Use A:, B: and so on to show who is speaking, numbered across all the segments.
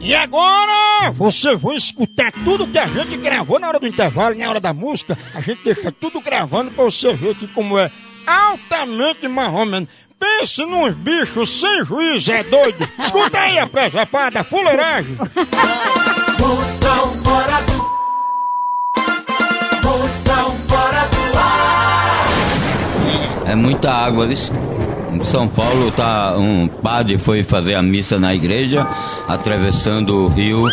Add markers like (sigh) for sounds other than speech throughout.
A: E agora você vai escutar tudo que a gente gravou na hora do intervalo, na hora da música. A gente deixa tudo gravando pra você ver que como é altamente marromeno. Pense nos bichos sem juízo, é doido. Escuta aí a presepada, fuleiragem.
B: Moção fora do Moção fora do ar
C: É muita água, viu? Em São Paulo tá um padre foi fazer a missa na igreja, atravessando o rio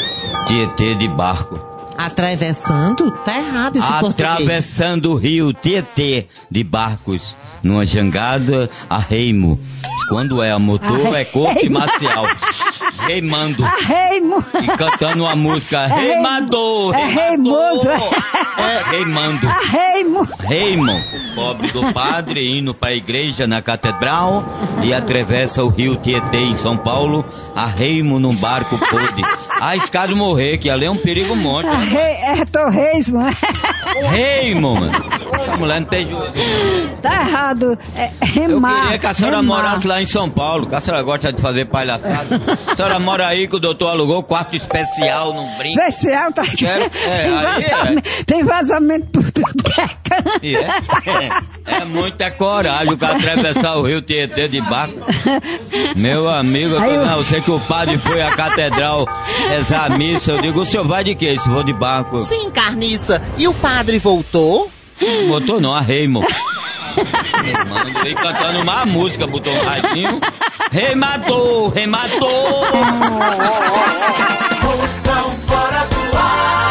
C: Tietê de barco.
D: Atravessando? Tá errado esse português.
C: Atravessando o rio Tietê de barcos, numa jangada a reimo. Quando é a motor,
E: A
C: é corte marcial. Reimando.
E: Reimo.
C: E cantando uma música.
E: reimo.
C: Reimador!
E: É reimoso.
C: É reimando.
E: Reimo.
C: Raymond, o pobre do padre, indo para a igreja na catedral e atravessa o rio Tietê em São Paulo, a Raymond num barco podre. Arriscado morrer, que ali é um perigo monte.
E: A rei- É torresmo.
C: Raymond, mano. Essa mulher não tem juízo.
E: (laughs) Tá errado. É
C: Eu
E: remar.
C: queria que a senhora
E: remar.
C: morasse lá em São Paulo, que a senhora gosta de fazer palhaçada. A senhora mora aí que o doutor alugou quarto especial num brinco.
E: Vê se ela tá aqui.
C: Quero- é,
E: (laughs) tem,
C: aí é.
E: vazamento, tem vazamento por tudo que é canto.
C: E é, é muita coragem o cara atravessar o rio Tietê de barco. Meu amigo, eu,
E: Aí eu-
C: não, eu sei que o padre foi à catedral rezar a missa. Eu digo, o senhor vai de quê? Se for de barco.
D: Sim, carniça. E o padre voltou?
C: Botou não, a Reimo. Mano, ele cantando uma música, botou um radinho. Rematou, rematou.
B: Moção fora do ar